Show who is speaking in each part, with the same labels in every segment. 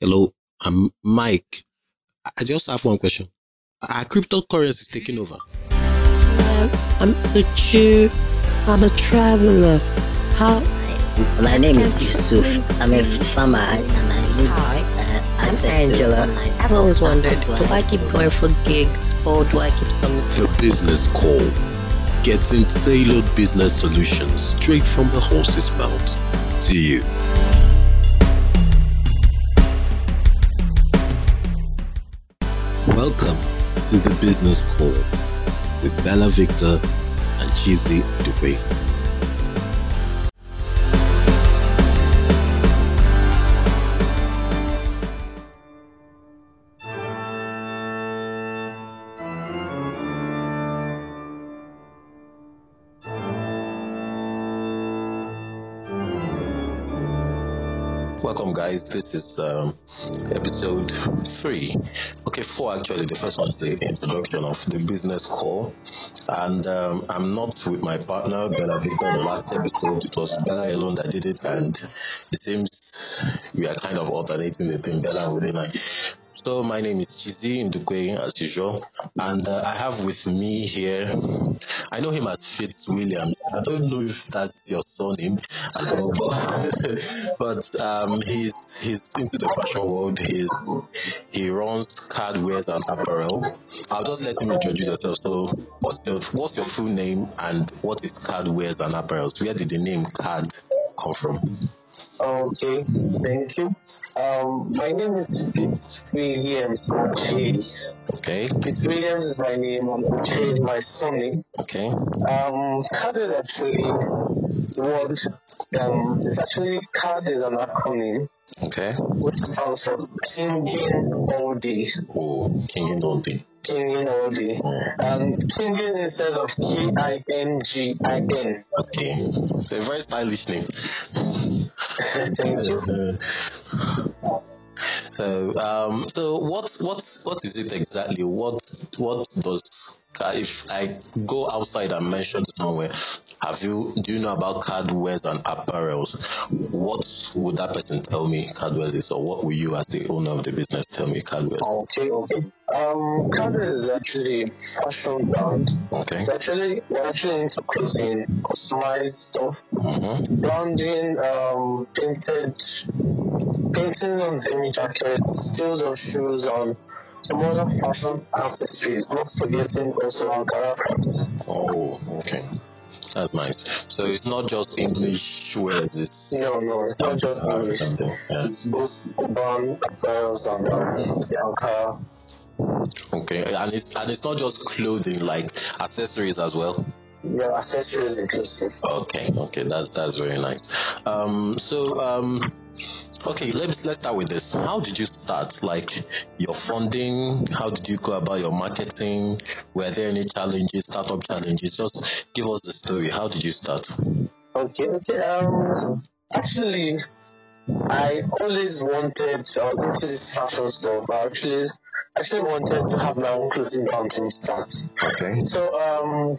Speaker 1: Hello, I'm Mike. I I just have one question. Are cryptocurrencies taking over?
Speaker 2: Uh, I'm a Jew. I'm a traveler. How?
Speaker 3: My name is Yusuf. I'm a farmer and I need
Speaker 2: Hi,
Speaker 3: uh,
Speaker 2: I'm
Speaker 3: access
Speaker 2: Angela.
Speaker 3: to online
Speaker 2: I've always
Speaker 3: store and
Speaker 2: wondered, do I
Speaker 3: apply.
Speaker 2: keep going for gigs or do I keep submitting?
Speaker 1: The Business Call. Getting tailored business solutions straight from the horse's mouth to you. Welcome to The Business Call with Bella Victor and Chizzy Dupe. Welcome, guys. This is um, episode three. Okay, four actually. The first one is the introduction of the business call, and um, I'm not with my partner Bella Victor. The last episode it was Bella alone that did it, and it seems we are kind of alternating between Bella and Within. So my name is Chizi Ndukwe as usual, and uh, I have with me here. I know him as Fitz Williams. I don't know if that's your surname, I don't know, but, but um, he's he's into the fashion world. He's he runs cardwares and apparel. I'll just let him introduce himself. So, what's your what's your full name and what is cardwares and apparel? Where did the name card come from?
Speaker 4: Um, Okay, thank you. Um, my name is Fitz Williams. Yes.
Speaker 1: Okay,
Speaker 4: Fitz Williams is my name. Actually, my surname.
Speaker 1: okay,
Speaker 4: Um, CAD is actually what um, it's actually CAD is an acronym
Speaker 1: okay.
Speaker 4: which stands for Thinking All Day.
Speaker 1: Oh, King in all day.
Speaker 4: Thinking All Day.
Speaker 1: Oh.
Speaker 4: Um, thinking instead of K I N G I N.
Speaker 1: Okay, so a very stylish name.
Speaker 4: Thank you.
Speaker 1: so um so what what what is it exactly what what does uh, if i go outside and mention somewhere have you do you know about cardwares and apparels what would that person tell me cardwares is or what will you as the owner of the business tell me cardwares
Speaker 4: Okay, okay. Um, CAD is actually a fashion brand.
Speaker 1: okay
Speaker 4: We're actually we're actually into clothing, customized stuff,
Speaker 1: mm-hmm.
Speaker 4: branding, um, painted, painting on denim jackets, sales of shoes on modern fashion accessories. Not forgetting also Ankara crafts.
Speaker 1: oh okay that's nice so it's not just english wears it's
Speaker 4: No, no, it's not just English.
Speaker 1: yeah.
Speaker 4: It's both urban apparels and um, the Ankara.
Speaker 1: okay and it's and it's not just clothing like accessories as well
Speaker 4: Yeah, accessories inclusive.
Speaker 1: Okay, okay, that's that's very nice. Um, so um, okay, let's let's start with this. How did you start? Like your funding? How did you go about your marketing? Were there any challenges? Startup challenges? Just give us the story. How did you start?
Speaker 4: Okay, okay. Um, actually, I always wanted. I was into this fashion stuff. I actually, actually wanted to have my own clothing brand from start.
Speaker 1: Okay,
Speaker 4: So um,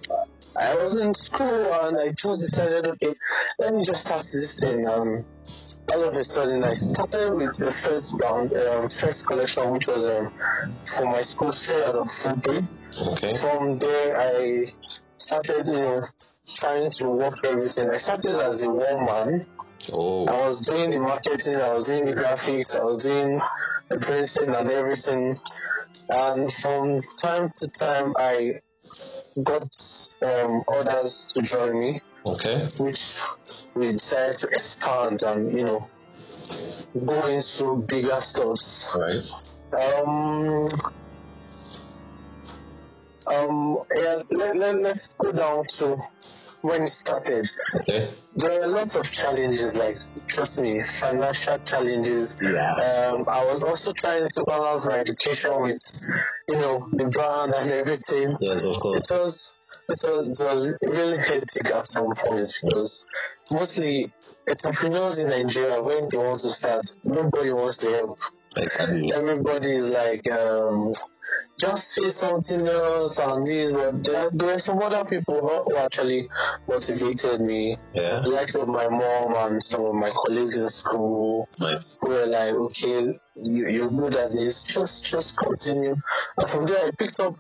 Speaker 4: I was in school and I just decided, okay, let me just start this thing. Um, all of a sudden, I started with the first round, um, first collection, which was um, for my school fair of football.
Speaker 1: okay,
Speaker 4: From there, I started, you know, trying to work everything. I started as a one man. I
Speaker 1: oh,
Speaker 4: was doing the marketing, I was doing the graphics, I was doing the printing and everything. And from time to time, I got um, others to join me,
Speaker 1: okay,
Speaker 4: which we decided to expand and, you know, go into bigger stores.
Speaker 1: all right,
Speaker 4: Um, um, yeah, let, let, let's go down to when it started
Speaker 1: okay,
Speaker 4: there are lots of challenges like trust me financial challenges
Speaker 1: Yeah.
Speaker 4: um, i was also trying to balance my education with you know the brand and everything
Speaker 1: yes, of
Speaker 4: it
Speaker 1: course,
Speaker 4: was it was, it was really hectic at some point because mostly entrepreneurs in nigeria when they want to start nobody wants to help
Speaker 1: Exactly.
Speaker 4: Everybody is like, um, just say something else and this, but there, there are some other people who actually motivated me.
Speaker 1: Yeah.
Speaker 4: The likes of my mom and some of my colleagues in school
Speaker 1: Nice.
Speaker 4: who were like, okay, you, you're good at this, just, just continue. And from there, I picked up,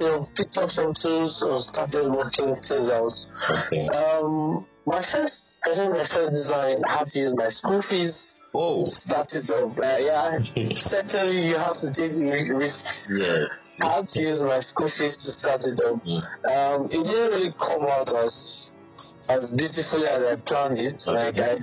Speaker 4: you know, picked up some tools and started working things out.
Speaker 1: Okay.
Speaker 4: Um, my first, I think my first design, I had to use my school fees.
Speaker 1: Oh.
Speaker 4: That is a, uh, yeah, certainly you have to take ri- risk.
Speaker 1: Yes.
Speaker 4: I had to use my school fees to start it up.
Speaker 1: Mm.
Speaker 4: Um, it didn't really come out as as beautifully as I planned it. Like I,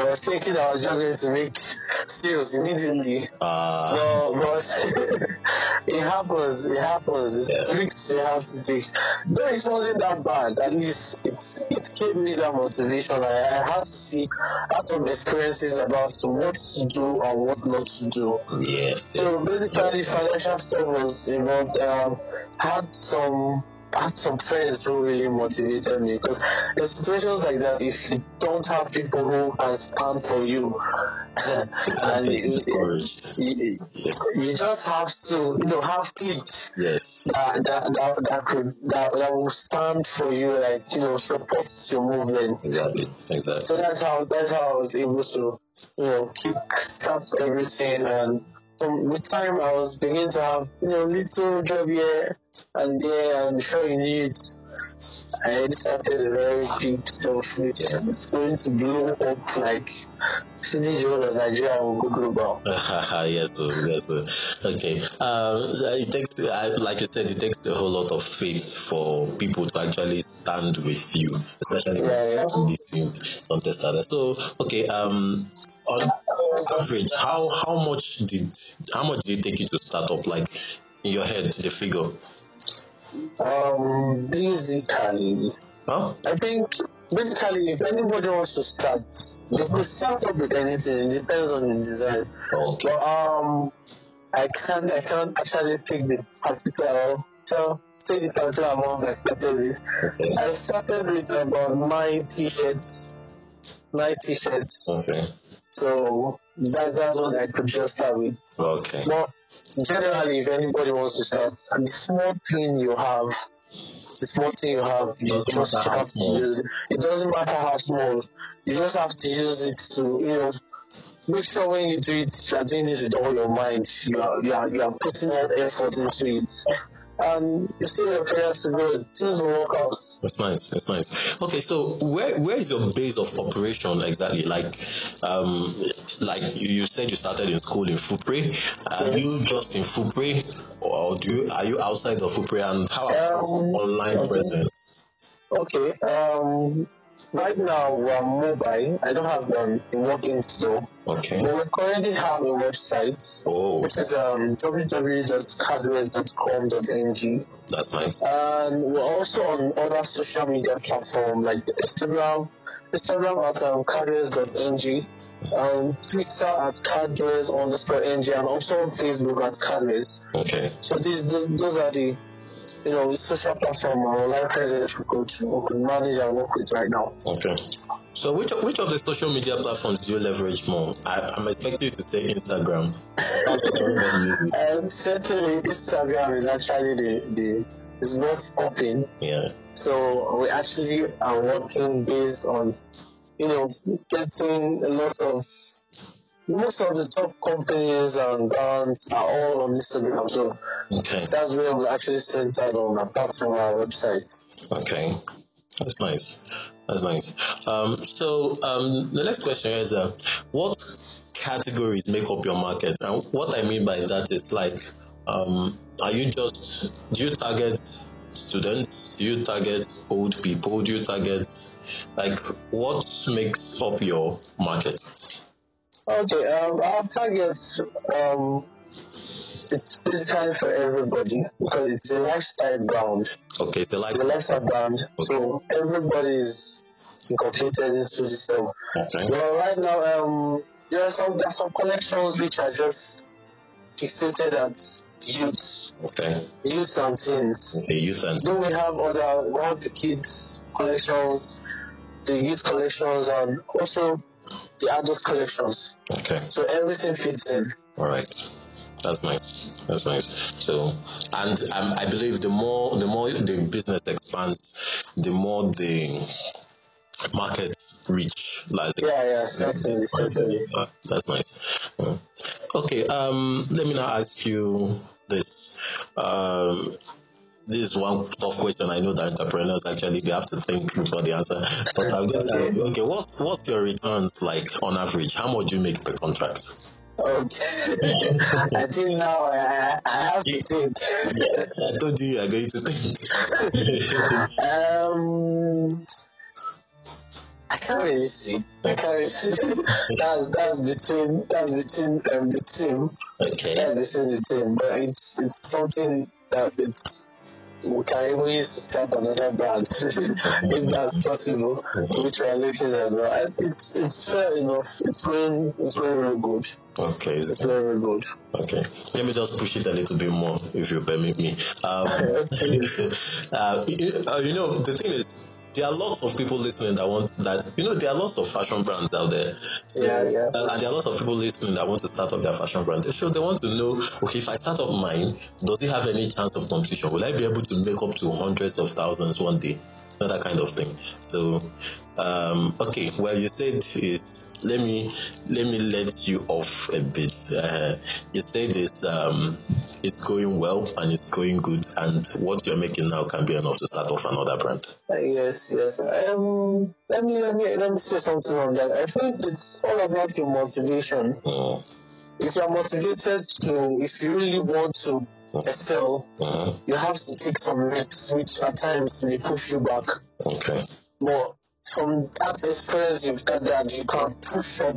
Speaker 4: I was thinking I was just going to make sales immediately.
Speaker 1: Uh,
Speaker 4: Well, but it happens. It happens. It's
Speaker 1: Yeah.
Speaker 4: risks you have to take. Though it wasn't that bad. At least it's, it gave me that motivation. I, I had to see, I had some experiences about what to do and what not to do.
Speaker 1: yes.
Speaker 4: So
Speaker 1: yes.
Speaker 4: basically, financial stuff was involved. Um, had some. Had some friends who really motivated me because in situations like that, if you don't have people who can stand for you,
Speaker 1: I
Speaker 4: and
Speaker 1: think it's
Speaker 4: it-
Speaker 1: encouraged.
Speaker 4: you,
Speaker 1: Yes.
Speaker 4: you just have to, you know, have kids
Speaker 1: Yes.
Speaker 4: that that that, that could that, that will stand for you, like you know, supports your movement.
Speaker 1: Exactly. Exactly.
Speaker 4: So that's how that's how I was able to, you know, keep start everything. And from with time, I was beginning to have, you know, little job here and there, and before you knew it, I started a very big stuff which is going to blow up like finish all of Nigeria will go global.
Speaker 1: yes, sir. yes. sir. Okay. Um, it takes, I, like you said, it takes a whole lot of faith for people to actually stand with you, especially
Speaker 4: Yeah, yeah.
Speaker 1: in this thing, something started. So, okay. Um, on average, how how much did how much did it take you to start up? Like in your head, the figure.
Speaker 4: Um, basically,
Speaker 1: Huh?
Speaker 4: I think basically, if anybody wants to start, they could start up with anything. It depends on the design.
Speaker 1: Okay.
Speaker 4: But um, I can't, I can't actually pick the particular. So say the particular amount I started with.
Speaker 1: Okay.
Speaker 4: I started with about nine t-shirts. Nine t-shirts.
Speaker 1: Okay.
Speaker 4: So that, that's what I could just start with.
Speaker 1: Okay.
Speaker 4: But generally, if anybody wants to start, the small thing you have, the small thing you have, you
Speaker 1: Doesn't
Speaker 4: just
Speaker 1: matter how
Speaker 4: have
Speaker 1: small.
Speaker 4: to use it. It doesn't matter how small. You just have to use it to, you know, make sure when you do it, you are doing it with all your mind. You are, you are, you are putting all effort into it. And you see your prayers to God, things will work out.
Speaker 1: That's nice. That's nice. Okay, so where where is your base of operation exactly? Like, um, like you, you said you started in school in Fupre. Are you just in Fupre, or do you, are you outside of Fupre? And how about
Speaker 4: Um,
Speaker 1: online
Speaker 4: okay.
Speaker 1: presence?
Speaker 4: Okay, um, right now we're mobile. I don't have um, a walk-in store.
Speaker 1: Okay.
Speaker 4: But we currently have a website
Speaker 1: Oh,
Speaker 4: This is um, www.cadres.com.ng.
Speaker 1: that's nice.
Speaker 4: And we're also on other social media platforms like the Instagram, Instagram at um, cadres.ng, um, Twitter at cadres underscore ng, and also on Facebook at cadres.
Speaker 1: Okay.
Speaker 4: So these, those, those are the you know social platform or online presence we could, we could manage and work with right now.
Speaker 1: Okay. So which of- which of the social media platforms do you leverage more? I, I'm expecting you to say Instagram. That's what everybody uses.
Speaker 4: Um, certainly, Instagram is actually the the is most popping.
Speaker 1: Yeah.
Speaker 4: So we actually are working based on, you know, getting a lot of most of the top companies and brands are all on Instagram. So
Speaker 1: Okay.
Speaker 4: that's where we actually centered on apart from our website.
Speaker 1: Okay, that's nice. That's nice. Um, so um, the next question is, uh, what categories make up your market? And what I mean by that is like, um, are you just do you target students? Do you target old people? Do you target like what makes up your market?
Speaker 4: Okay, um, our targets, um, it's basically for everybody because it's a lifestyle brand.
Speaker 1: Okay, so like
Speaker 4: It's a lifestyle brand, so everybody's incorporated into this. So
Speaker 1: okay,
Speaker 4: Well, right now, um, there are some there are some collections which are just fixated at youths,
Speaker 1: okay,
Speaker 4: youths and teens.
Speaker 1: okay, youth and
Speaker 4: Then we have other we have the kids collections, the youth collections, and also the adult collections.
Speaker 1: Okay.
Speaker 4: So everything fits in.
Speaker 1: All right. That's nice. That's nice. So, and um, I believe the more the more the business expands, the more the markets reach. Like,
Speaker 4: Yeah, yeah, certainly, certainly.
Speaker 1: Uh, that's nice. Uh, Okay. Um, let me now ask you this. Um, this is one tough question. I know that entrepreneurs actually they have to think before they answer. But I'm just
Speaker 4: Okay.
Speaker 1: like, okay, what's what's your returns like on average? How much do you make per contract?
Speaker 4: Okay. I think now I, I- I have to think.
Speaker 1: I told you you are going to think.
Speaker 4: Um, I can't really see. I can't really see. that's that's between that's between um, the team.
Speaker 1: okay.
Speaker 4: That's between the team. But it's it's something that it's we can even use to start another brand if that's possible. Which we are looking at. But I- it's it's fair enough. It's going it's going real good.
Speaker 1: Okay.
Speaker 4: It's going real good.
Speaker 1: Okay. Let me just push it a little bit more, if you permit me. Um,
Speaker 4: Okay.
Speaker 1: uh, you, uh, you know, the thing is, there are lots of people listening that want that. You know, there are lots of fashion brands out there. So,
Speaker 4: Yeah, yeah.
Speaker 1: Uh, and there are lots of people listening that want to start up their fashion brand. So they want to know, okay, if I start up mine, does it have any chance of competition? Will I be able to make up to hundreds of thousands one day? You know, that kind of thing. So, um, okay, well, you said it's. Let me let me let you off a bit. Uh, you said it's um, it's going well and it's going good, and what you're making now can be enough to start off another brand.
Speaker 4: Uh, Yes, yes. Um, let me let me let me say something on that. I think it's all about your motivation.
Speaker 1: Mm,
Speaker 4: If you are motivated to, if you really want to excel,
Speaker 1: mm,
Speaker 4: you have to take some risks, which at times may push you back.
Speaker 1: okay.
Speaker 4: But from that experience you've gathered, you can push up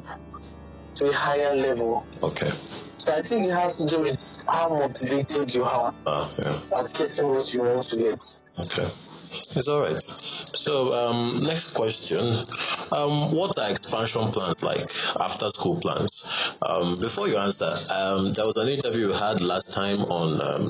Speaker 4: to a higher level.
Speaker 1: Okay.
Speaker 4: So I think it has to do with how motivated you are
Speaker 1: Ah, yeah.
Speaker 4: at getting what you want to get.
Speaker 1: Okay. It's all right. So, um, next question. Um, what are expansion plans like after school plans? Um, before you answer, um, there was an interview you had last time on um,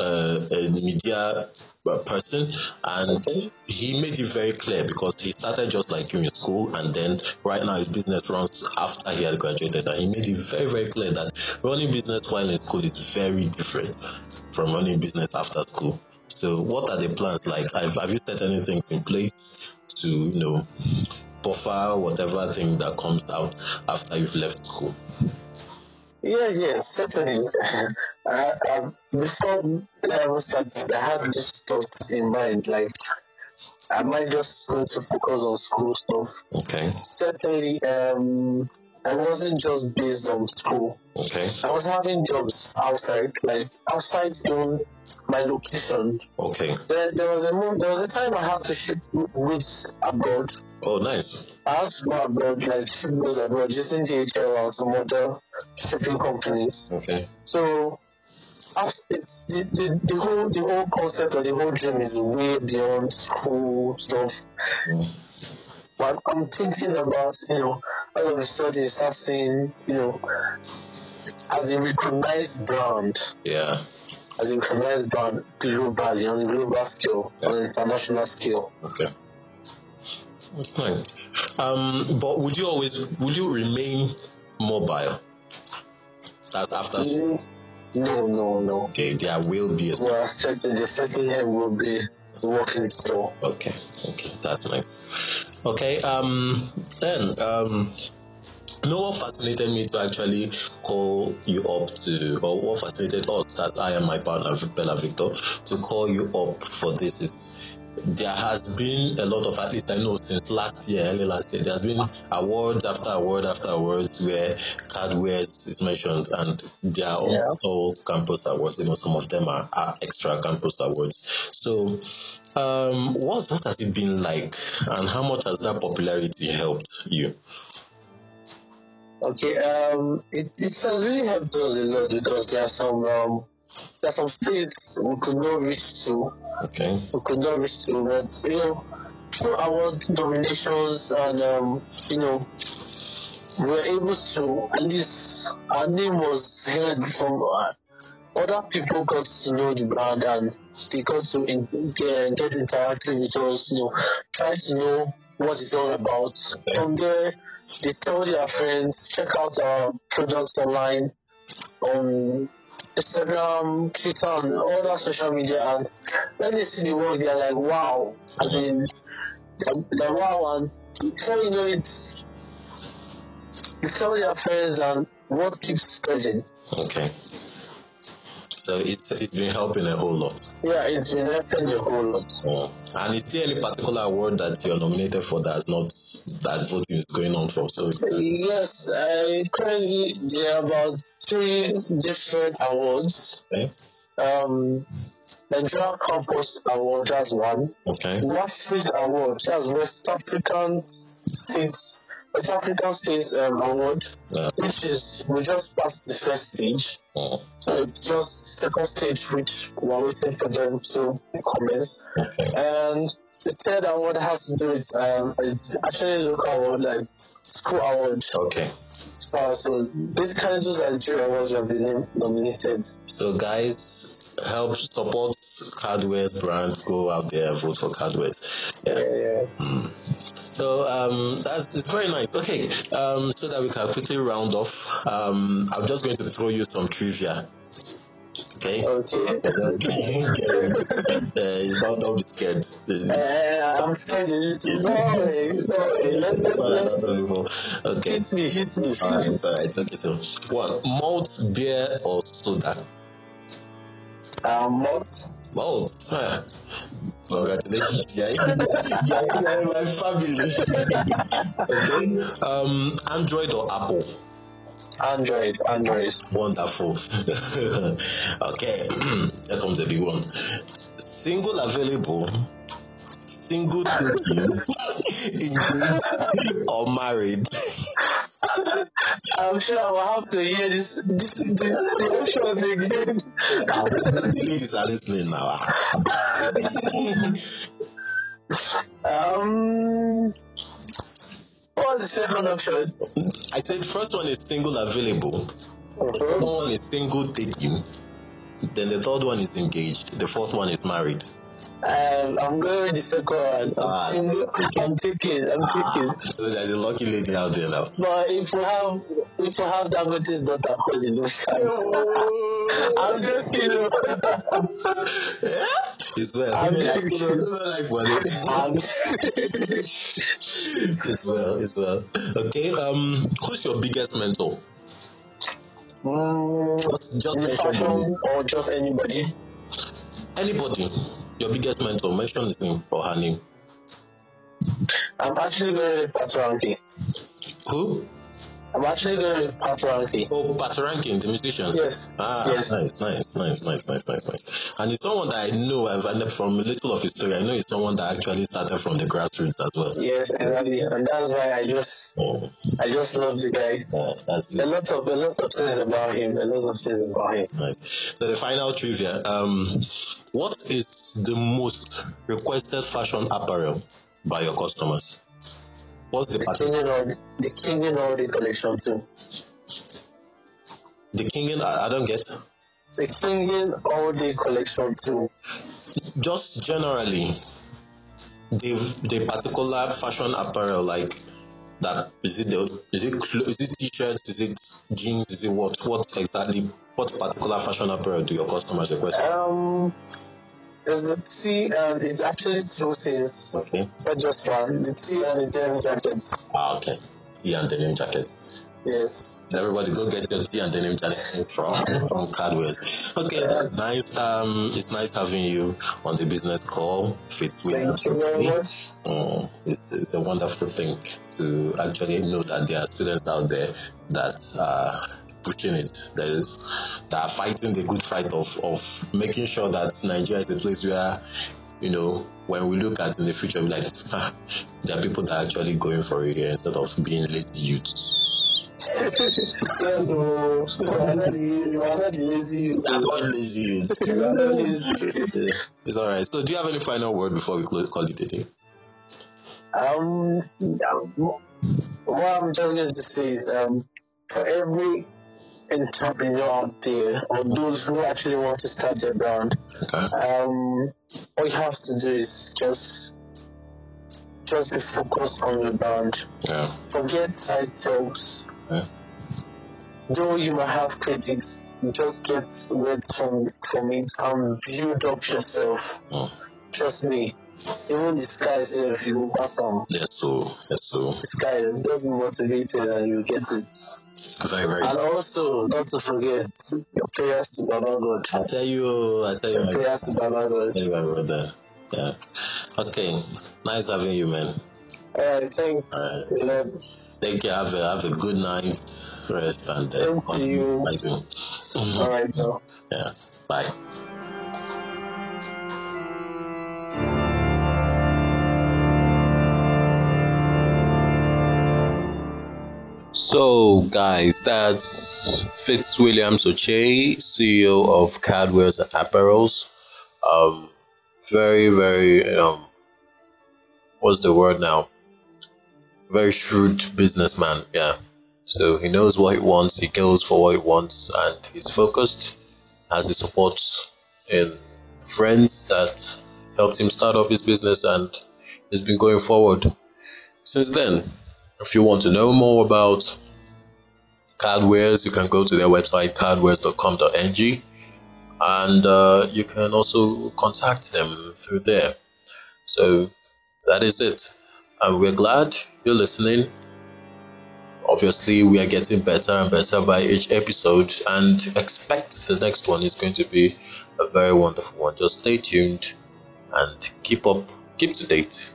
Speaker 1: uh, a media uh, person, and he made it very clear because he started just like you in school, and then right now his business runs after he had graduated. And he made it very, very clear that running business while in school is very different from running business after school. So, what are the plans like? Have, have you set anything in place to, you know, buffer whatever thing that comes out after you've left school?
Speaker 4: Yeah, yeah, certainly. I, I, before I was started, I had these thoughts in mind, like, am I just going to focus on school stuff?
Speaker 1: Okay,
Speaker 4: Certainly, um, I wasn't just based on school.
Speaker 1: okay,
Speaker 4: I was having jobs outside, like, outside um, my location.
Speaker 1: okay.
Speaker 4: There, there was a mo- there was a time I had to ship goods abroad.
Speaker 1: Oh, nice.
Speaker 4: I had to go abroad, like, ship goods abroad, using DHL as a model shipping companies.
Speaker 1: Okay,
Speaker 4: So as- it's, the, the, the whole the whole concept or the whole dream is way beyond school stuff. But I'm thinking about, you know, all of a sudden you start seeing, you know, as a recognized brand,
Speaker 1: yeah,
Speaker 4: as a recognized brand globally on a global scale, on an international scale.
Speaker 1: okay. That's nice. Um, but would you always, would you remain mobile? That's after school.
Speaker 4: No, no, no.
Speaker 1: Okay, there will be a
Speaker 4: We're expecting the second year will be working store.
Speaker 1: Okay, okay, that's nice. Okay, um, then, um, no what fascinated me to actually call you up to, or what fascinated us that I and my partner Bella Victor to call you up for this is there has been a lot of, at least I know since last year, early last year, there has been award after award after awards where cardware is mentioned and they are
Speaker 4: Yeah.
Speaker 1: also campus awards, even some of them are, are extra campus awards. So, um, what, what has it been like and how much has that popularity helped you?
Speaker 4: Okay, um, it, it has really helped us a lot because there are some um, there are some states we could not reach to,
Speaker 1: Okay.
Speaker 4: we could not reach to, but you know, through our nominations and um, you know, we were able to at least our name was heard from uh, other people got to know the brand and they got to in, get, get interactive with us, you know, try to know what it's all about. From there, they tell their friends, check out our products online on Instagram, Twitter, and other social media. And when they see the work, they're like, wow. As in, they're, they're wow. And before you know it, they tell their friends, and what keeps spreading.
Speaker 5: Okay. So it's, it's been helping a whole lot.
Speaker 4: Yeah, it's been helping a whole lot.
Speaker 5: Mm. And is there any particular award that you're nominated for that's not that voting is going on for? So
Speaker 4: Yes, I currently there are about three different awards.
Speaker 5: okay,
Speaker 4: Um, Nigerian Campus Award, that's one.
Speaker 5: okay,
Speaker 4: Westfield Award, that's West African States. West African States um, Award,
Speaker 5: yeah.
Speaker 4: which is we just passed the first stage,
Speaker 5: Mm.
Speaker 4: so it's just second stage which we're waiting for them to commence.
Speaker 5: okay,
Speaker 4: And the third award has to do with um, it's actually a local award, like school award.
Speaker 5: okay.
Speaker 4: Uh, so basically, those are the three awards I've been nominated.
Speaker 5: So guys, help support Cardware's brand. Go out there, vote for Cardware's. Yeah.
Speaker 4: Yeah.
Speaker 5: So um, that's it's very nice. Okay, um, so that we can quickly round off, um, I'm just going to throw you some trivia. Okay.
Speaker 4: Okay.
Speaker 5: uh, it's not all scared.
Speaker 4: Uh, I'm scared. It's it's- no way, no way. Let, let, let's
Speaker 5: Okay.
Speaker 4: hit me, hit me.
Speaker 5: Alright, alright, okay. So, one malt beer or soda?
Speaker 4: Um, what?
Speaker 5: Malt. Huh. Congratulations, yeah, yeah, yeah, my family. okay. Um, Android or Apple?
Speaker 4: Android, Android.
Speaker 5: Wonderful. okay, here comes the big one. Single available, single thinking, engaged or married.
Speaker 4: I'm sure I will have to hear this. This, this, the options again.
Speaker 5: Ladies are listening now.
Speaker 4: Um, what was the second option?
Speaker 5: I said first one is single available, the
Speaker 4: Mm-hmm.
Speaker 5: second one is single thinking, then the third one is engaged, the fourth one is married.
Speaker 4: Um, I'm going with the second one. I'm
Speaker 5: Ah,
Speaker 4: single. I'm thinking. I'm thinking.
Speaker 5: So there's a lucky lady out there now.
Speaker 4: But if we have if we have Dangote's daughter calling us, I'm just you know
Speaker 5: It's well.
Speaker 4: I'm
Speaker 5: It's
Speaker 4: joking.
Speaker 5: well, like money.
Speaker 4: I'm,
Speaker 5: It's well, it's well. Okay, um, who's your biggest mentor?
Speaker 4: mm,
Speaker 5: Just, just
Speaker 4: in
Speaker 5: mention
Speaker 4: fashion or just anybody.
Speaker 5: anybody. Your biggest mentor. Mention his name or her name.
Speaker 4: I'm actually going with Patranki.
Speaker 5: Who?
Speaker 4: I'm actually going with Patranki.
Speaker 5: Oh, Pat Rankin, the musician.
Speaker 4: Yes.
Speaker 5: Ah,
Speaker 4: Yes.
Speaker 5: nice, nice, nice, nice, nice, nice, nice. And it's someone that I know. I've heard from a little of his story. I know it's someone that actually started from the grassroots as well.
Speaker 4: Yes, exactly. And that's why I just
Speaker 5: Oh,
Speaker 4: I just love the guy.
Speaker 5: yeah, that's
Speaker 4: A lot of a lot of things about him. A lot of things about him.
Speaker 5: Nice. So the final trivia. Um, what is the most requested fashion apparel by your customers? What's the
Speaker 4: The
Speaker 5: pattern?
Speaker 4: king in all the king in all the collection too.
Speaker 5: The king in, I I don't get.
Speaker 4: The king in all the collection too.
Speaker 5: Just generally, the the particular fashion apparel like that. Is it the is it clo- is it t-shirts? Is it jeans? Is it what? What exactly? What particular fashion apparel do your customers request?
Speaker 4: Um, there's a T and it's actually two things,
Speaker 5: Okay.
Speaker 4: not just one. The T and the denim jackets.
Speaker 5: Ah, okay. Tee and denim jackets.
Speaker 4: Yes.
Speaker 5: Everybody go get your tea and denim jackets from from Cardwell's. Okay, that's nice. Um, it's nice having you on the business call. Fits with
Speaker 4: Thank you very much.
Speaker 5: Mm, it's, it's a wonderful thing to actually know that there are students out there that are pushing it. That is, that are fighting the good fight of of making sure that Nigeria is a place where you know when we look at in the future, we're like "Ah, there are people that are actually going for it here instead of being lazy youths.
Speaker 4: Yes, oh, you are not the you are not the lazy youth.
Speaker 5: I'm not lazy youths.
Speaker 4: You are not lazy.
Speaker 5: It's all right. So, do you have any final word before we close, call it a day?
Speaker 4: Um, um, what I'm just going to say is, um, for every entrepreneur out there, or those who actually want to start their brand,
Speaker 5: Okay.
Speaker 4: um, all you have to do is just just be focused on your brand.
Speaker 5: Yeah.
Speaker 4: Forget side jobs.
Speaker 5: Yeah.
Speaker 4: Though you might have critics, just get words from from it and build up yourself.
Speaker 5: Mm.
Speaker 4: Trust me. Even the sky is if you pass on.
Speaker 5: That's so. That's so.
Speaker 4: The sky does be motivated and you get it.
Speaker 5: Very, very.
Speaker 4: And also, not to forget, your prayers to Baba God.
Speaker 5: I tell you, I tell you,
Speaker 4: Your
Speaker 5: my,
Speaker 4: prayers to Baba God.
Speaker 5: tell you, my brother. Yeah. Okay. Nice having you, man.
Speaker 4: Alright, thanks.
Speaker 5: Alright.
Speaker 4: Let's-
Speaker 5: Take care. Have a, have a good night. Rest and uh,
Speaker 4: Thank you.
Speaker 5: continue fighting.
Speaker 4: Alright, so.
Speaker 5: yeah. Bye. So, guys, that's Fitz Williams Oche, CEO E of Cardwells and Apparels. Um, very, very, um, what's the word now? Very shrewd businessman, yeah. So he knows what he wants, he goes for what he wants, and he's focused. Has his support in friends that helped him start up his business, and he's been going forward since then. If you want to know more about Cardwares, you can go to their website cardwares.com.ng and uh, you can also contact them through there. So that is it. And we're glad you're listening. Obviously, we are getting better and better by each episode, and expect the next one is going to be a very wonderful one. Just stay tuned and keep up, keep to date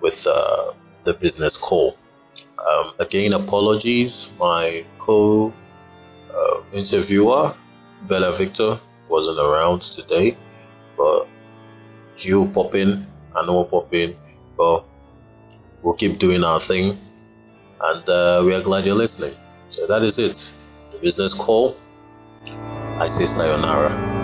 Speaker 5: with uh, the business call. Um, again, apologies. My co uh, interviewer, Bella Victor, wasn't around today, but he'll pop in and we'll pop in. But we'll keep doing our thing, and uh, we are glad you're listening. So that is it. The business call. I say sayonara.